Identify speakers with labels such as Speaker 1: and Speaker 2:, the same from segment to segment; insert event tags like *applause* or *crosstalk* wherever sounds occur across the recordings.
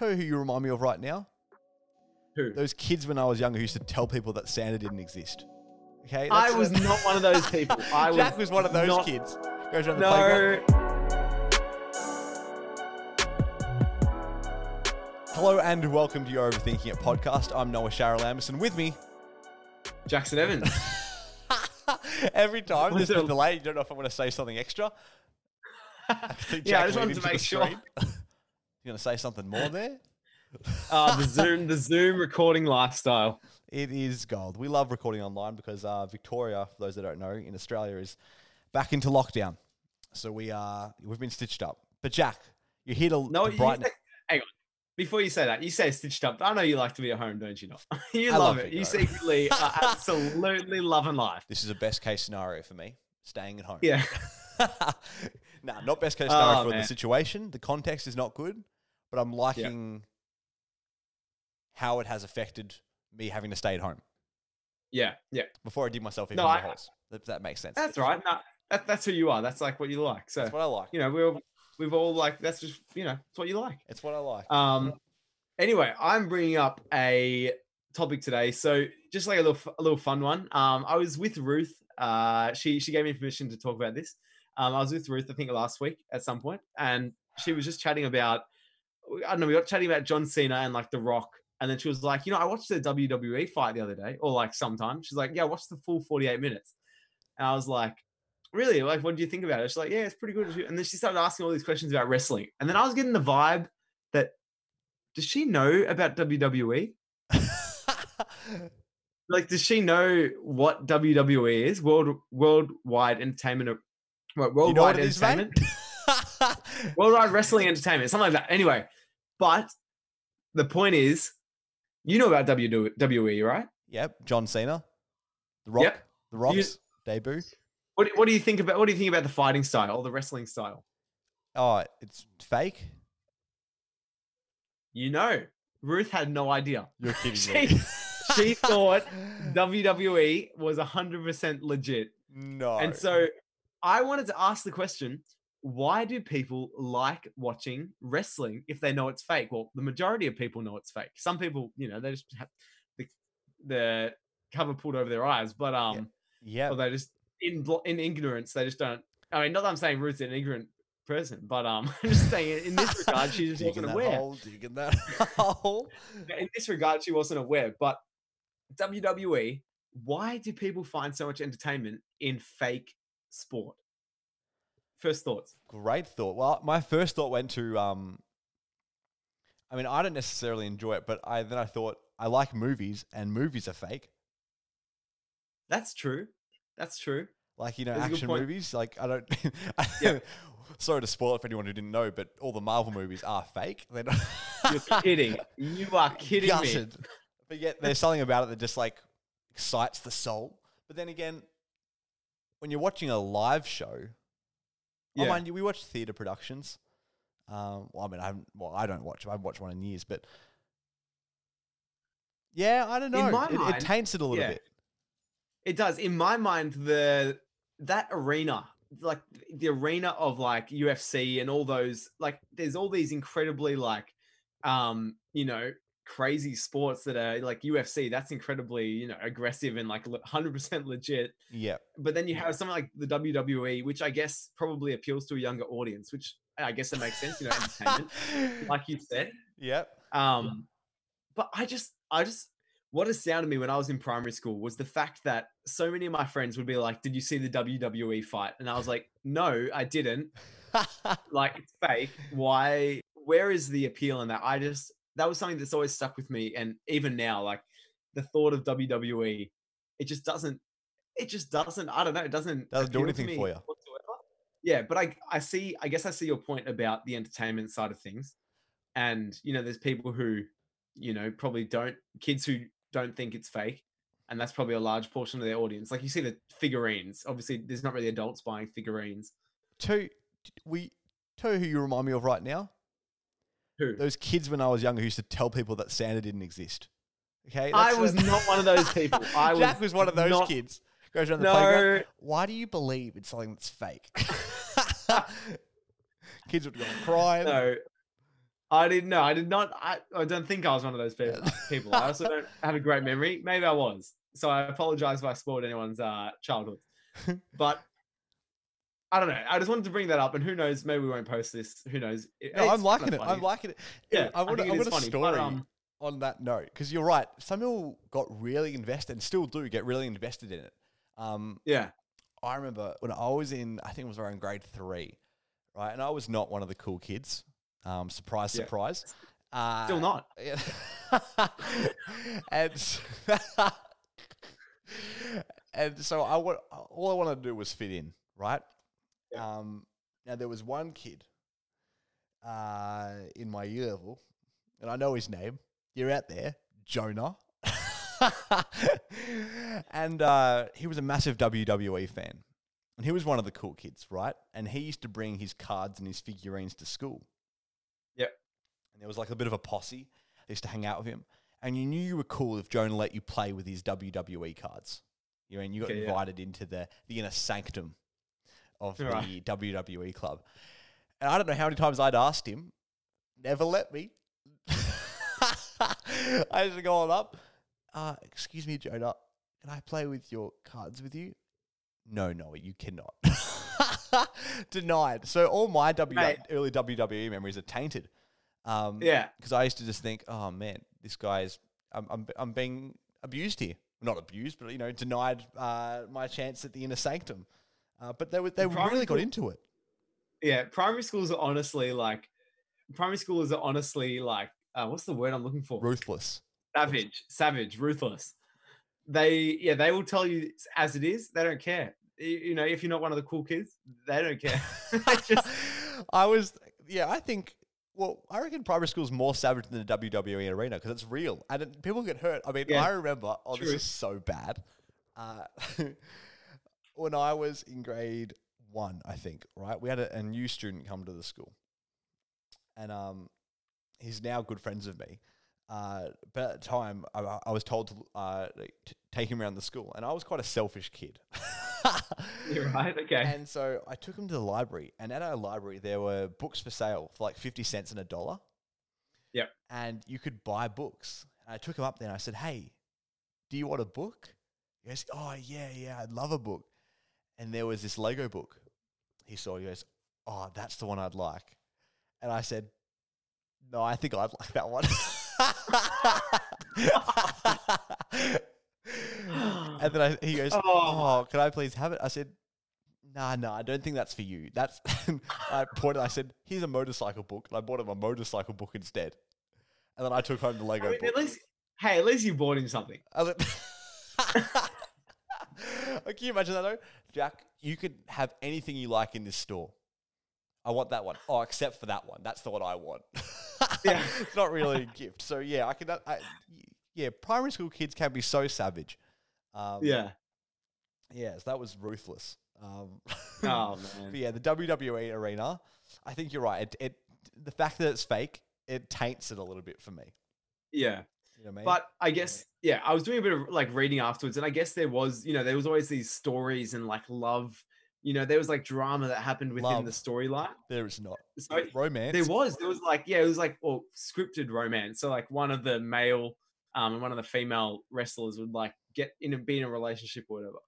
Speaker 1: know who you remind me of right now?
Speaker 2: Who?
Speaker 1: Those kids when I was younger who used to tell people that Santa didn't exist. Okay,
Speaker 2: I
Speaker 1: that's- *laughs*
Speaker 2: was not one of those people. I was
Speaker 1: Jack was one of those
Speaker 2: not-
Speaker 1: kids. uh, Goes around the playground.
Speaker 2: No.
Speaker 1: Hello and welcome to your Overthinking It podcast. I'm Noah Sharrell Anderson. With me *laughs*
Speaker 2: Jackson Evans.
Speaker 1: every time
Speaker 2: Was
Speaker 1: there's a
Speaker 2: it-
Speaker 1: delay. You don't know if I want to say something extra.
Speaker 2: *laughs*
Speaker 1: I see
Speaker 2: Yeah, I
Speaker 1: Jack lean
Speaker 2: just wanted to
Speaker 1: into the
Speaker 2: make sure.
Speaker 1: screen. *laughs* you gonna say something more there?
Speaker 2: Uh, the Zoom, the Zoom recording lifestyle.
Speaker 1: It is gold. We love recording online because uh, Victoria, for those that don't know, in Australia is back into lockdown. So we are we've been stitched up. But Jack, you're here to,
Speaker 2: No,
Speaker 1: to
Speaker 2: you,
Speaker 1: brighten. it.
Speaker 2: hang on. Before you say that, you say stitched up. but I know you like to be at home, don't you? Not *laughs* you
Speaker 1: I
Speaker 2: love,
Speaker 1: love
Speaker 2: it.
Speaker 1: it,
Speaker 2: You
Speaker 1: though.
Speaker 2: secretly are absolutely *laughs* loving life.
Speaker 1: This is a best case scenario for me, staying at home.
Speaker 2: Yeah,
Speaker 1: *laughs* nah, not best case
Speaker 2: Oh,
Speaker 1: scenario for the
Speaker 2: man.
Speaker 1: situation. The context is not good, but I'm liking how it has affected me having to stay at home.
Speaker 2: yeah, yeah.
Speaker 1: Before I dig myself even
Speaker 2: No,
Speaker 1: more
Speaker 2: I-
Speaker 1: holes, if that makes sense.
Speaker 2: That's right. No, that, that's who you are. That's like what you like. So
Speaker 1: It's what I like.
Speaker 2: you know, we all we've all like that's just you know, it's what you like.
Speaker 1: It's what I like.
Speaker 2: Um, anyway, I'm bringing up a topic today. So just like a little, f- a little fun one. Um, I was with Ruth. Uh, she she gave me permission to talk about this. Um, I was with Ruth, I think last week at some point, and she was just chatting about. I don't know. We got chatting about John Cena and like The Rock, and then she was like, you know, I watched the WWE fight the other day, or like sometime. She's like, yeah, I watched the full 48 minutes, and I was like. Really? Like, what do you think about it? She's like, yeah, it's pretty good. And then she started asking all these questions about wrestling. And then I was getting the vibe does she know about WWE? uh,
Speaker 1: *laughs*
Speaker 2: Like, does she know what WWE is? World Worldwide Entertainment, uh, what, Worldwide
Speaker 1: you know what it is, mate?
Speaker 2: Entertainment, Worldwide Wrestling Entertainment, something like that. Anyway, but the point is, you know about WWE, right?
Speaker 1: yep, John Cena, The Rock,
Speaker 2: Yep.
Speaker 1: The Rock's debut.
Speaker 2: What, do- what do you think about what do you think about the fighting style or the wrestling style?
Speaker 1: Oh, it's fake.
Speaker 2: You know, Ruth had no idea.
Speaker 1: You're kidding *laughs*
Speaker 2: She
Speaker 1: me.
Speaker 2: she thought WWE was hundred percent legit.
Speaker 1: no.
Speaker 2: And so I wanted to ask the question why do people like watching wrestling if they know it's fake? Well, the majority of people know it's fake. Some people, you know, they just have the, the cover pulled over their eyes, but um,
Speaker 1: yeah,
Speaker 2: or they just in bl- in ignorance, they just don't. I mean, not that I'm saying Ruth's an ignorant person, but um, *laughs* I'm just saying in this regard, she
Speaker 1: *laughs*
Speaker 2: just
Speaker 1: digging
Speaker 2: wasn't
Speaker 1: that
Speaker 2: aware.
Speaker 1: hole, digging that *laughs* hole.
Speaker 2: But in this regard, she wasn't aware. But WWE, why do people find so much entertainment in fake sport? First thoughts.
Speaker 1: Great thought. Well, my first thought went to um I mean, I don't necessarily enjoy it, but I then I thought I like movies and movies are fake.
Speaker 2: That's true. That's true.
Speaker 1: Like, you know,
Speaker 2: That's a good
Speaker 1: action
Speaker 2: point.
Speaker 1: movies, like I don't
Speaker 2: Yeah.
Speaker 1: *laughs* Sorry to spoil it for anyone who didn't know, but all the Marvel movies are fake. They're not
Speaker 2: You're
Speaker 1: *laughs*
Speaker 2: kidding. You are kidding me.
Speaker 1: Gutted. But yet there's something about it that just like excites the soul. But then again, when you're watching a live show, Oh,
Speaker 2: Yeah.
Speaker 1: mind you, we watch theatre productions. Um, well, I mean, I haven't, well, I don't watch. I haven't watched one in years, but yeah, I don't know.
Speaker 2: In my
Speaker 1: it, it
Speaker 2: mind,
Speaker 1: taints it a little
Speaker 2: yeah.
Speaker 1: bit.
Speaker 2: It does. In my mind, the that arena, like the arena of like UFC and all those, like there's all these incredibly like um, you know, crazy sports that are like UFC, that's incredibly, you know, aggressive and like le- 100% legit.
Speaker 1: Yeah,
Speaker 2: but then you have something like the WWE, which I guess probably appeals to a younger audience, which I guess it makes sense, you know,
Speaker 1: *laughs*
Speaker 2: entertainment, like you said.
Speaker 1: yep.
Speaker 2: Um, but I just, I just, what astounded me when I was in primary school was the fact that so many of my friends would be like, "Did you see the WWE fight?" And I was like, "No, I didn't.
Speaker 1: *laughs*
Speaker 2: Like, it's fake. Why? Where is the appeal in that?" I just, that was something that's always stuck with me, and even now, like, the thought of WWE, it just doesn't. It just doesn't. I don't know. It doesn't
Speaker 1: Doesn't do
Speaker 2: appeal to
Speaker 1: anything
Speaker 2: me
Speaker 1: for you.
Speaker 2: whatsoever. Yeah, but I, I see. I guess I see your point about the entertainment side of things, and you know, there's people who, you know, probably don't kids who don't think it's fake, and that's probably a large portion of their audience. Like you see the figurines. Obviously, there's not really adults buying figurines.
Speaker 1: Two, we two who you remind me of right now.
Speaker 2: Who?
Speaker 1: Those kids when I was younger who used to tell people that Santa didn't exist. Okay,
Speaker 2: I
Speaker 1: that's-
Speaker 2: was
Speaker 1: that's-
Speaker 2: not one
Speaker 1: *laughs*
Speaker 2: of those people. I
Speaker 1: Jack
Speaker 2: was
Speaker 1: was one of those
Speaker 2: not-
Speaker 1: kids. Goes around the playground.
Speaker 2: No,
Speaker 1: Why do you believe it's something *laughs* that's fake? kids would go crying.
Speaker 2: no. I didn't know. I did not. I, I don't think I was one of those people. people. I also
Speaker 1: *laughs*
Speaker 2: don't have a great memory. Maybe I was. So I apologize if I spoiled anyone's uh,
Speaker 1: *laughs*
Speaker 2: childhood. But I don't know. I just wanted to bring that up. And who knows? Maybe we won't post this. Who knows? It-
Speaker 1: No,
Speaker 2: it's
Speaker 1: I'm liking
Speaker 2: kinda
Speaker 1: it.
Speaker 2: funny.
Speaker 1: I'm liking it.
Speaker 2: Yeah,
Speaker 1: I
Speaker 2: I
Speaker 1: want,
Speaker 2: think
Speaker 1: I
Speaker 2: it
Speaker 1: want
Speaker 2: is
Speaker 1: a
Speaker 2: funny, but,
Speaker 1: story
Speaker 2: um,
Speaker 1: on that note because you're right. Samuel got really invested and still do get really invested in it. Um,
Speaker 2: Yeah.
Speaker 1: I remember when I was in, I think it was around grade three, right? And I was not one of the cool kids. Um, surprise,
Speaker 2: Yeah.
Speaker 1: surprise. Uh,
Speaker 2: Still not.
Speaker 1: yeah. *laughs* and s- *laughs* and so I wa- all I wanted to do was fit in, right?
Speaker 2: Yeah.
Speaker 1: Um, now there was one kid uh, in my year level, and I know his name. You're out there, Jonah. *laughs* and uh, he was a massive WWE fan, and he was one of the cool kids, right? And he used to bring his cards and his figurines to school.
Speaker 2: Yep.
Speaker 1: And there was like a bit of a posse that used to hang out with him. And you knew you were cool if Jonah let you play with his WWE cards. You know, and you got
Speaker 2: Okay, yeah.
Speaker 1: invited into the, the inner sanctum of the
Speaker 2: Right.
Speaker 1: WWE club. And I don't know how many times I'd asked him, never let me. *laughs* I just go on up. Uh, excuse me, Jonah. Can I play with your cards with you? No, no, you cannot. *laughs* Denied. So all my w- E
Speaker 2: Mate.
Speaker 1: early WWE memories are tainted. Um,
Speaker 2: Yeah.
Speaker 1: Because I used to just think, oh man, this guy's, I'm, I'm, I'm being abused here. Not abused, but you know, denied uh, my chance at the inner sanctum. Uh, but they were, they
Speaker 2: Primary
Speaker 1: really got
Speaker 2: school-
Speaker 1: into it.
Speaker 2: Yeah. Primary schools are honestly like, primary schools are honestly like, uh, what's the word I'm looking for?
Speaker 1: Ruthless.
Speaker 2: savage, savage, ruthless. They yeah, they will tell you as it is. They don't care. Y- You know, if you're not one of the cool kids, they don't care. *laughs* They just-
Speaker 1: *laughs* I was, yeah, I think. Well, I reckon primary school's more savage than the WWE arena because it's real and it, people get hurt. I mean,
Speaker 2: Yeah.
Speaker 1: I remember. Oh, this
Speaker 2: True.
Speaker 1: is so bad. Uh, *laughs* when I was in grade one, I think right, we had a, a new student come to the school, and um, he's now good friends of me. Uh, but at the time, I, I- I was told to uh, like, t- take him around the school, and I was quite a selfish kid. *laughs*
Speaker 2: you're right. Okay. *gasps*
Speaker 1: And so I took him to the library, and at our library there were books for sale for like fifty cents and a dollar.
Speaker 2: Yep.
Speaker 1: And you could buy books. And I took him up there and I said, "Hey, do you want a book?" He goes, "Oh yeah, yeah, I'd love a book." And there was this Lego book. He saw. He goes, "Oh, that's the one I'd like." And I said, "No, I think I'd *laughs* like that
Speaker 2: *laughs*
Speaker 1: one." and then I, he goes,
Speaker 2: *laughs* Oh.
Speaker 1: "Oh, can I please have it?" I said, Nah, nah, I don't think that's for you. That's *laughs* I pointed. I said, "Here's a motorcycle book," and I bought him a motorcycle book instead. And then I took home the
Speaker 2: I
Speaker 1: Lego
Speaker 2: mean, at
Speaker 1: book.
Speaker 2: least hey, at least you bought him something.
Speaker 1: I li- *laughs* Can you imagine that though, Jack? You could have anything you like in this store. I want that one. Oh, except for that one. That's the one I want. *laughs*
Speaker 2: Yeah.
Speaker 1: it's not really a gift. So yeah, I can. I, yeah, primary school kids can be so savage. Um,
Speaker 2: Yeah.
Speaker 1: *laughs* Yes, that was ruthless. Um, *laughs*
Speaker 2: Oh
Speaker 1: But
Speaker 2: man.
Speaker 1: yeah, the WWE arena. I think you're right. It, it the fact that it's fake, it taints it a little bit for me.
Speaker 2: Yeah.
Speaker 1: You know what I mean?
Speaker 2: But I guess yeah, I was doing a bit of like reading afterwards, and I guess there was you know there was always these stories and like love. You know, there was like drama that happened within
Speaker 1: Love.
Speaker 2: the storyline.
Speaker 1: there is not
Speaker 2: So
Speaker 1: romance.
Speaker 2: There was. There was like, yeah, it was like well, scripted romance. So like one of the male um, and one of the female wrestlers would like get in and be in a relationship or whatever.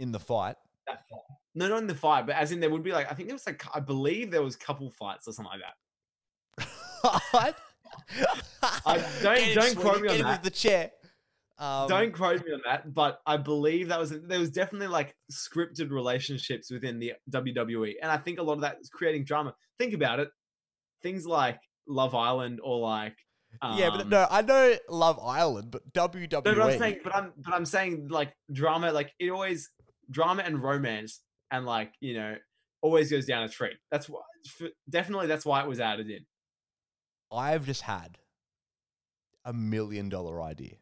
Speaker 1: in the fight. *laughs*
Speaker 2: That fight. No, not in the fight, but as in there would be like I think there was like I believe there was couple fights or something like that.
Speaker 1: What?
Speaker 2: don't-
Speaker 1: Get him,
Speaker 2: don't quote
Speaker 1: sweetie,
Speaker 2: me on
Speaker 1: get him with
Speaker 2: that.
Speaker 1: the chair. Um,
Speaker 2: Don't quote me on that, but I believe that was there was definitely like scripted relationships within the WWE, and I think a lot of that is creating drama. Think about it, things like Love Island or like
Speaker 1: yeah, but
Speaker 2: um,
Speaker 1: no, I know Love Island, but E, WWE.
Speaker 2: No, but I'm saying, but I'm, but I'm saying, like drama, like it always drama and romance, and like you know, always goes down a tree. That's why, f- definitely, that's why it was added in.
Speaker 1: I've just had a million dollar idea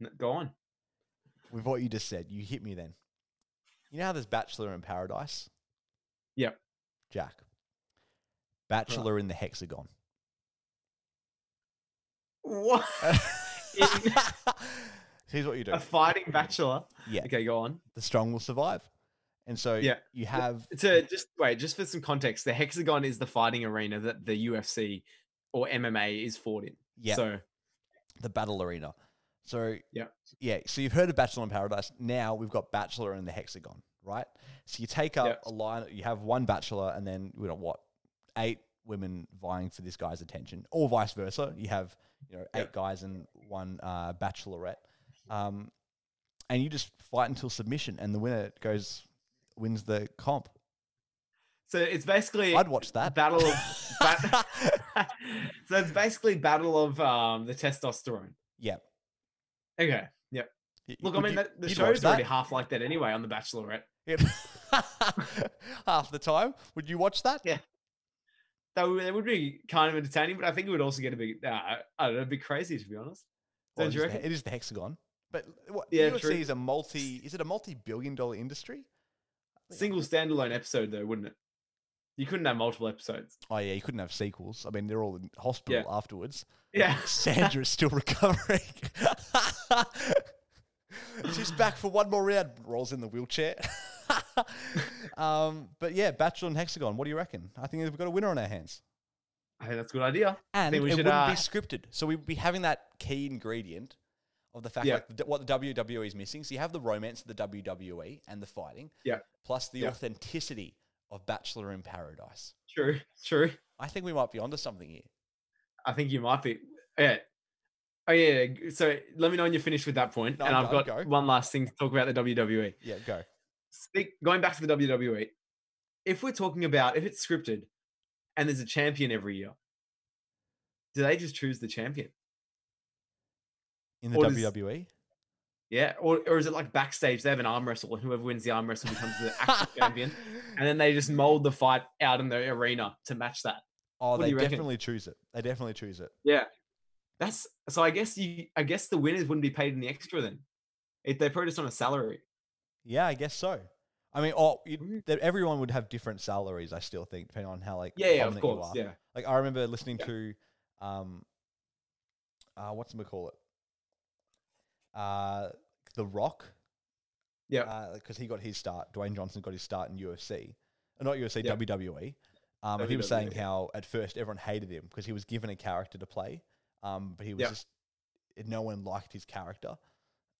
Speaker 2: N- Go on.
Speaker 1: with what you just said. You hit me then. You know how there's Bachelor in Paradise?
Speaker 2: Yep.
Speaker 1: Jack. Bachelor in the
Speaker 2: *laughs*
Speaker 1: Hexagon.
Speaker 2: What? *laughs*
Speaker 1: Here's what you do.
Speaker 2: a fighting bachelor.
Speaker 1: Yeah.
Speaker 2: Okay, go on.
Speaker 1: The strong will survive. And so
Speaker 2: Yeah.
Speaker 1: you have
Speaker 2: To just wait, just for some context, the hexagon is the fighting arena that the UFC or MMA is fought in.
Speaker 1: yeah,
Speaker 2: So
Speaker 1: the battle arena. So
Speaker 2: Yeah.
Speaker 1: yeah. So you've heard of Bachelor in Paradise. Now we've got Bachelor in the Hexagon, right? So you take up
Speaker 2: Yeah.
Speaker 1: a line. You have one bachelor, and then you know what, eight women vying for this guy's attention, or vice versa. You have you know eight
Speaker 2: Yeah.
Speaker 1: guys and one uh, bachelorette, um, and you just fight until submission, and the winner goes wins the comp.
Speaker 2: so it's basically
Speaker 1: I'd watch that *laughs*
Speaker 2: Battle of *laughs* bat- so it's basically battle of um the testosterone.
Speaker 1: yeah.
Speaker 2: Okay. Yep.
Speaker 1: Y-
Speaker 2: Look,
Speaker 1: would
Speaker 2: I mean,
Speaker 1: you-
Speaker 2: that, the
Speaker 1: you'd
Speaker 2: show
Speaker 1: watch
Speaker 2: is already
Speaker 1: that?
Speaker 2: half like that anyway on the Bachelorette.
Speaker 1: Yeah. *laughs* half the time. Would you watch that?
Speaker 2: That would, that would be kind of entertaining, but I think it would also get a bit, uh, I don't know, a bit crazy to be honest.
Speaker 1: Well, it
Speaker 2: Don't you
Speaker 1: is the-
Speaker 2: reckon?
Speaker 1: it is the hexagon. But what,
Speaker 2: Yeah,
Speaker 1: the UFC
Speaker 2: true.
Speaker 1: is a multi. Is it a multi-billion-dollar industry?
Speaker 2: Single standalone episode though, wouldn't it? You couldn't have multiple episodes.
Speaker 1: Oh yeah, you couldn't have sequels. I mean, they're all in hospital afterwards. *laughs*
Speaker 2: Yeah.
Speaker 1: Sandra's still recovering. *laughs* She's back for one more round. Rolls in the wheelchair. *laughs* um, but yeah, Bachelor and Hexagon. What do you reckon? I think we've got a winner on our hands.
Speaker 2: I think that's a good idea.
Speaker 1: And it
Speaker 2: think we should,
Speaker 1: wouldn't
Speaker 2: uh,
Speaker 1: be scripted. So we'd be having that key ingredient of the fact
Speaker 2: Yeah.
Speaker 1: like, that what the WWE is missing. So you have the romance of the WWE and the fighting,
Speaker 2: Yeah.
Speaker 1: plus the
Speaker 2: Yeah.
Speaker 1: authenticity of Bachelor in Paradise.
Speaker 2: True, true.
Speaker 1: I think we might be onto something here.
Speaker 2: I think you might be. Yeah. Oh yeah. g- So let me know when you're finished with that point,
Speaker 1: No,
Speaker 2: and
Speaker 1: I'm
Speaker 2: I've
Speaker 1: done,
Speaker 2: got
Speaker 1: go.
Speaker 2: one last thing to talk about the E. WWE.
Speaker 1: Yeah, go.
Speaker 2: speak, going back to the WWE, if we're talking about if it's scripted and there's a champion every year, do they just choose the champion?
Speaker 1: In the E?
Speaker 2: Or does-
Speaker 1: WWE?
Speaker 2: Yeah, or, or is it like backstage they have an arm wrestle and whoever wins the arm wrestle becomes the
Speaker 1: *laughs*
Speaker 2: actual champion, and then they just mold the fight out in the arena to match that.
Speaker 1: oh,
Speaker 2: what do
Speaker 1: they
Speaker 2: you reckon?
Speaker 1: definitely choose it. They definitely choose it.
Speaker 2: That's so. I guess you. I guess the winners wouldn't be paid any extra then. If they put us on a salary.
Speaker 1: Yeah, I guess so. I mean, oh, you,
Speaker 2: Mm.
Speaker 1: that everyone would have different salaries. I still think, depending on how like
Speaker 2: Yeah, yeah, of
Speaker 1: prominent you
Speaker 2: course.
Speaker 1: are.
Speaker 2: Yeah.
Speaker 1: Like I remember listening
Speaker 2: Yeah.
Speaker 1: to, um, uh, what's call it? Uh, The Rock.
Speaker 2: Yeah.
Speaker 1: Because Uh, he got his start. Dwayne Johnson got his start in UFC, uh, not UFC,
Speaker 2: Yeah.
Speaker 1: WWE. Um, and he was saying
Speaker 2: WWE.
Speaker 1: how at first everyone hated him because he was given a character to play, um, but he was
Speaker 2: Yeah.
Speaker 1: just no one liked his character.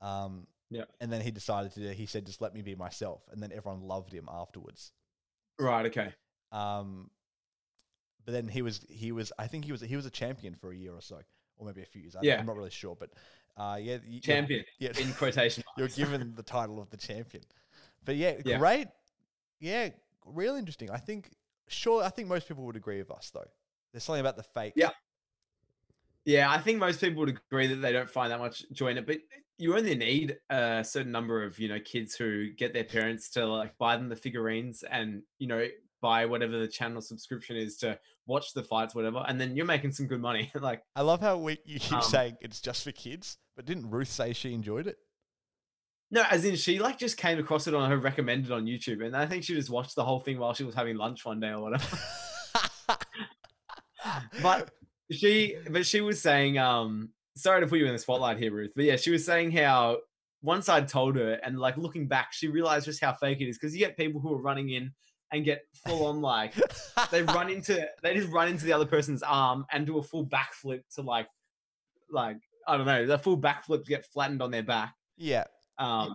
Speaker 1: Um,
Speaker 2: Yeah.
Speaker 1: And then he decided to. He said, "Just let me be myself," and then everyone loved him afterwards.
Speaker 2: Right. Okay.
Speaker 1: Um, but then he was he was I think he was he was a champion for a year or so, or maybe a few years. I,
Speaker 2: Yeah.
Speaker 1: I'm not really sure, but uh, yeah, y- you're-
Speaker 2: Champion
Speaker 1: Yeah,
Speaker 2: in quotation
Speaker 1: you're
Speaker 2: marks.
Speaker 1: given the title of the champion. But yeah,
Speaker 2: Yeah.
Speaker 1: great. Yeah, really interesting. I think sure. I think most people would agree with us though. There's something about the fake.
Speaker 2: Yeah. Yeah, I think most people would agree that they don't find that much joy in it, but you only need a certain number of you know kids who get their parents to like buy them the figurines and you know buy whatever the channel subscription is to watch the fights, whatever, and then you're making some good money. *laughs* like,
Speaker 1: I love how we, you keep
Speaker 2: Um,
Speaker 1: saying it's just for kids, but didn't Ruth say she enjoyed it?
Speaker 2: no, as in she like just came across it on her recommended on YouTube, and I think she just watched the whole thing while she was having lunch one day or whatever. *laughs* But- she but she was saying um sorry to put you in the spotlight here ruth but yeah she was saying how once i'd told her and like looking back she realized just how fake it is because you get people who are running in and get full on like they run into they just run into the other person's arm and do a full backflip to like like i don't know the full backflip to get flattened on their back
Speaker 1: *laughs* yeah.
Speaker 2: um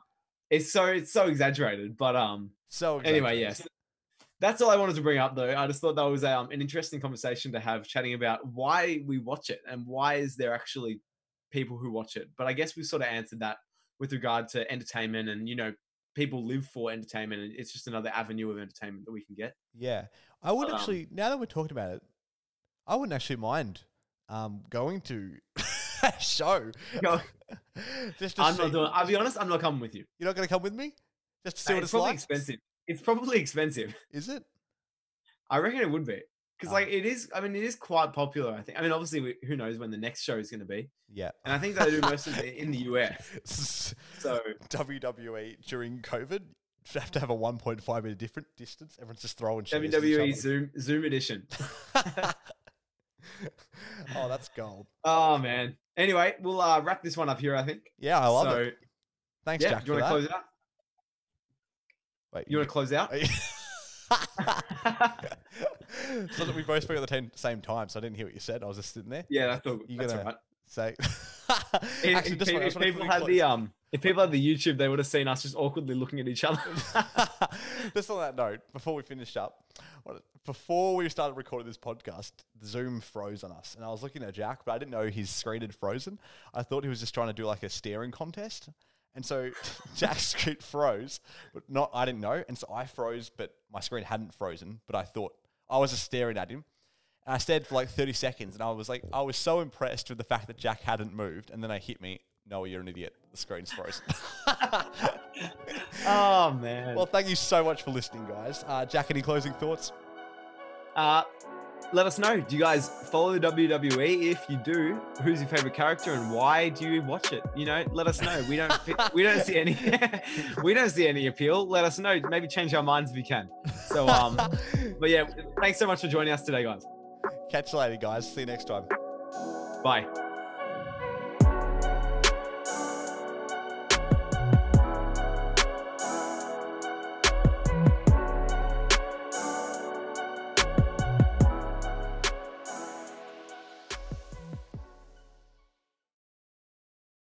Speaker 2: it's so it's so exaggerated but um
Speaker 1: So
Speaker 2: anyway,
Speaker 1: exaggerated.
Speaker 2: yes. That's all I wanted to bring up, though. I just thought that was um, an interesting conversation to have, chatting about why we watch it and why is there actually people who watch it. But I guess we sort of answered that with regard to entertainment and you know people live for entertainment, and it's just another avenue of entertainment that we can get.
Speaker 1: Yeah. I would
Speaker 2: But, um,
Speaker 1: actually, now that we're talking about it, I wouldn't actually mind um, going to *laughs* a show.
Speaker 2: Go.
Speaker 1: *laughs* Just to
Speaker 2: I'm
Speaker 1: see.
Speaker 2: not doing. I'll be honest. I'm not coming with you.
Speaker 1: You're not going to come with me? Just to see
Speaker 2: Nah,
Speaker 1: what
Speaker 2: it's,
Speaker 1: it's,
Speaker 2: probably
Speaker 1: like?
Speaker 2: expensive. It's probably *laughs* expensive.
Speaker 1: Is it?
Speaker 2: I reckon it would be because
Speaker 1: Ah.
Speaker 2: like it is. I mean, it is quite popular. I think. I mean, obviously, we, who knows when the next show is going to be?
Speaker 1: Yeah.
Speaker 2: And I think they do most of it in the
Speaker 1: *laughs*
Speaker 2: US. So
Speaker 1: WWE E during COVID, you have to have a 1.5 meter different distance. Everyone's just throwing shit.
Speaker 2: WWE E Zoom Zoom edition. *laughs*
Speaker 1: *laughs* oh, that's gold.
Speaker 2: Oh man. Anyway, we'll uh, wrap this one up here. I think.
Speaker 1: Yeah, I love
Speaker 2: so,
Speaker 1: it. Thanks,
Speaker 2: yeah,
Speaker 1: Jack,
Speaker 2: do
Speaker 1: for
Speaker 2: you want to
Speaker 1: that.
Speaker 2: close it up?
Speaker 1: Wait,
Speaker 2: You want to close out?
Speaker 1: *laughs* so that we both spoke at the ten- same time, so I didn't hear what you said. I was just sitting there.
Speaker 2: *laughs* yeah, that's all.
Speaker 1: You
Speaker 2: that's
Speaker 1: gonna-
Speaker 2: all right.
Speaker 1: So *laughs*
Speaker 2: If,
Speaker 1: actually,
Speaker 2: if
Speaker 1: just
Speaker 2: people,
Speaker 1: wait, I
Speaker 2: if
Speaker 1: just wanna
Speaker 2: people
Speaker 1: quickly
Speaker 2: had
Speaker 1: close.
Speaker 2: the um, if people had the YouTube, they would have seen us just awkwardly looking at
Speaker 1: *laughs*
Speaker 2: each other.
Speaker 1: Just on that note, before we finished up, what- before we started recording this podcast, Zoom froze on us, and I was looking at Jack, but I didn't know his screen had frozen. I thought he was just trying to do like a staring contest, and so *laughs* Jack's screen froze, but not I didn't know, and so I froze, but my screen hadn't frozen, but I thought I was just staring at him. And I stared for like 30 seconds and I was like, I was so impressed with the fact that Jack hadn't moved. And then I hit me, no, you're an idiot. The screen's frozen.
Speaker 2: oh man.
Speaker 1: Well, thank you so much for listening, guys. Uh, Jack, any closing thoughts?
Speaker 2: Uh, let us know. Do you guys follow WWE? If you do, who's your favorite character and why do you watch it? You know, let us know. We don't fi- we don't see any *laughs* we don't see any appeal. Let us know. Maybe change our minds if you can. So um, but yeah, thanks so much for joining us today, guys.
Speaker 1: Catch you later, guys. See you next time.
Speaker 2: Bye.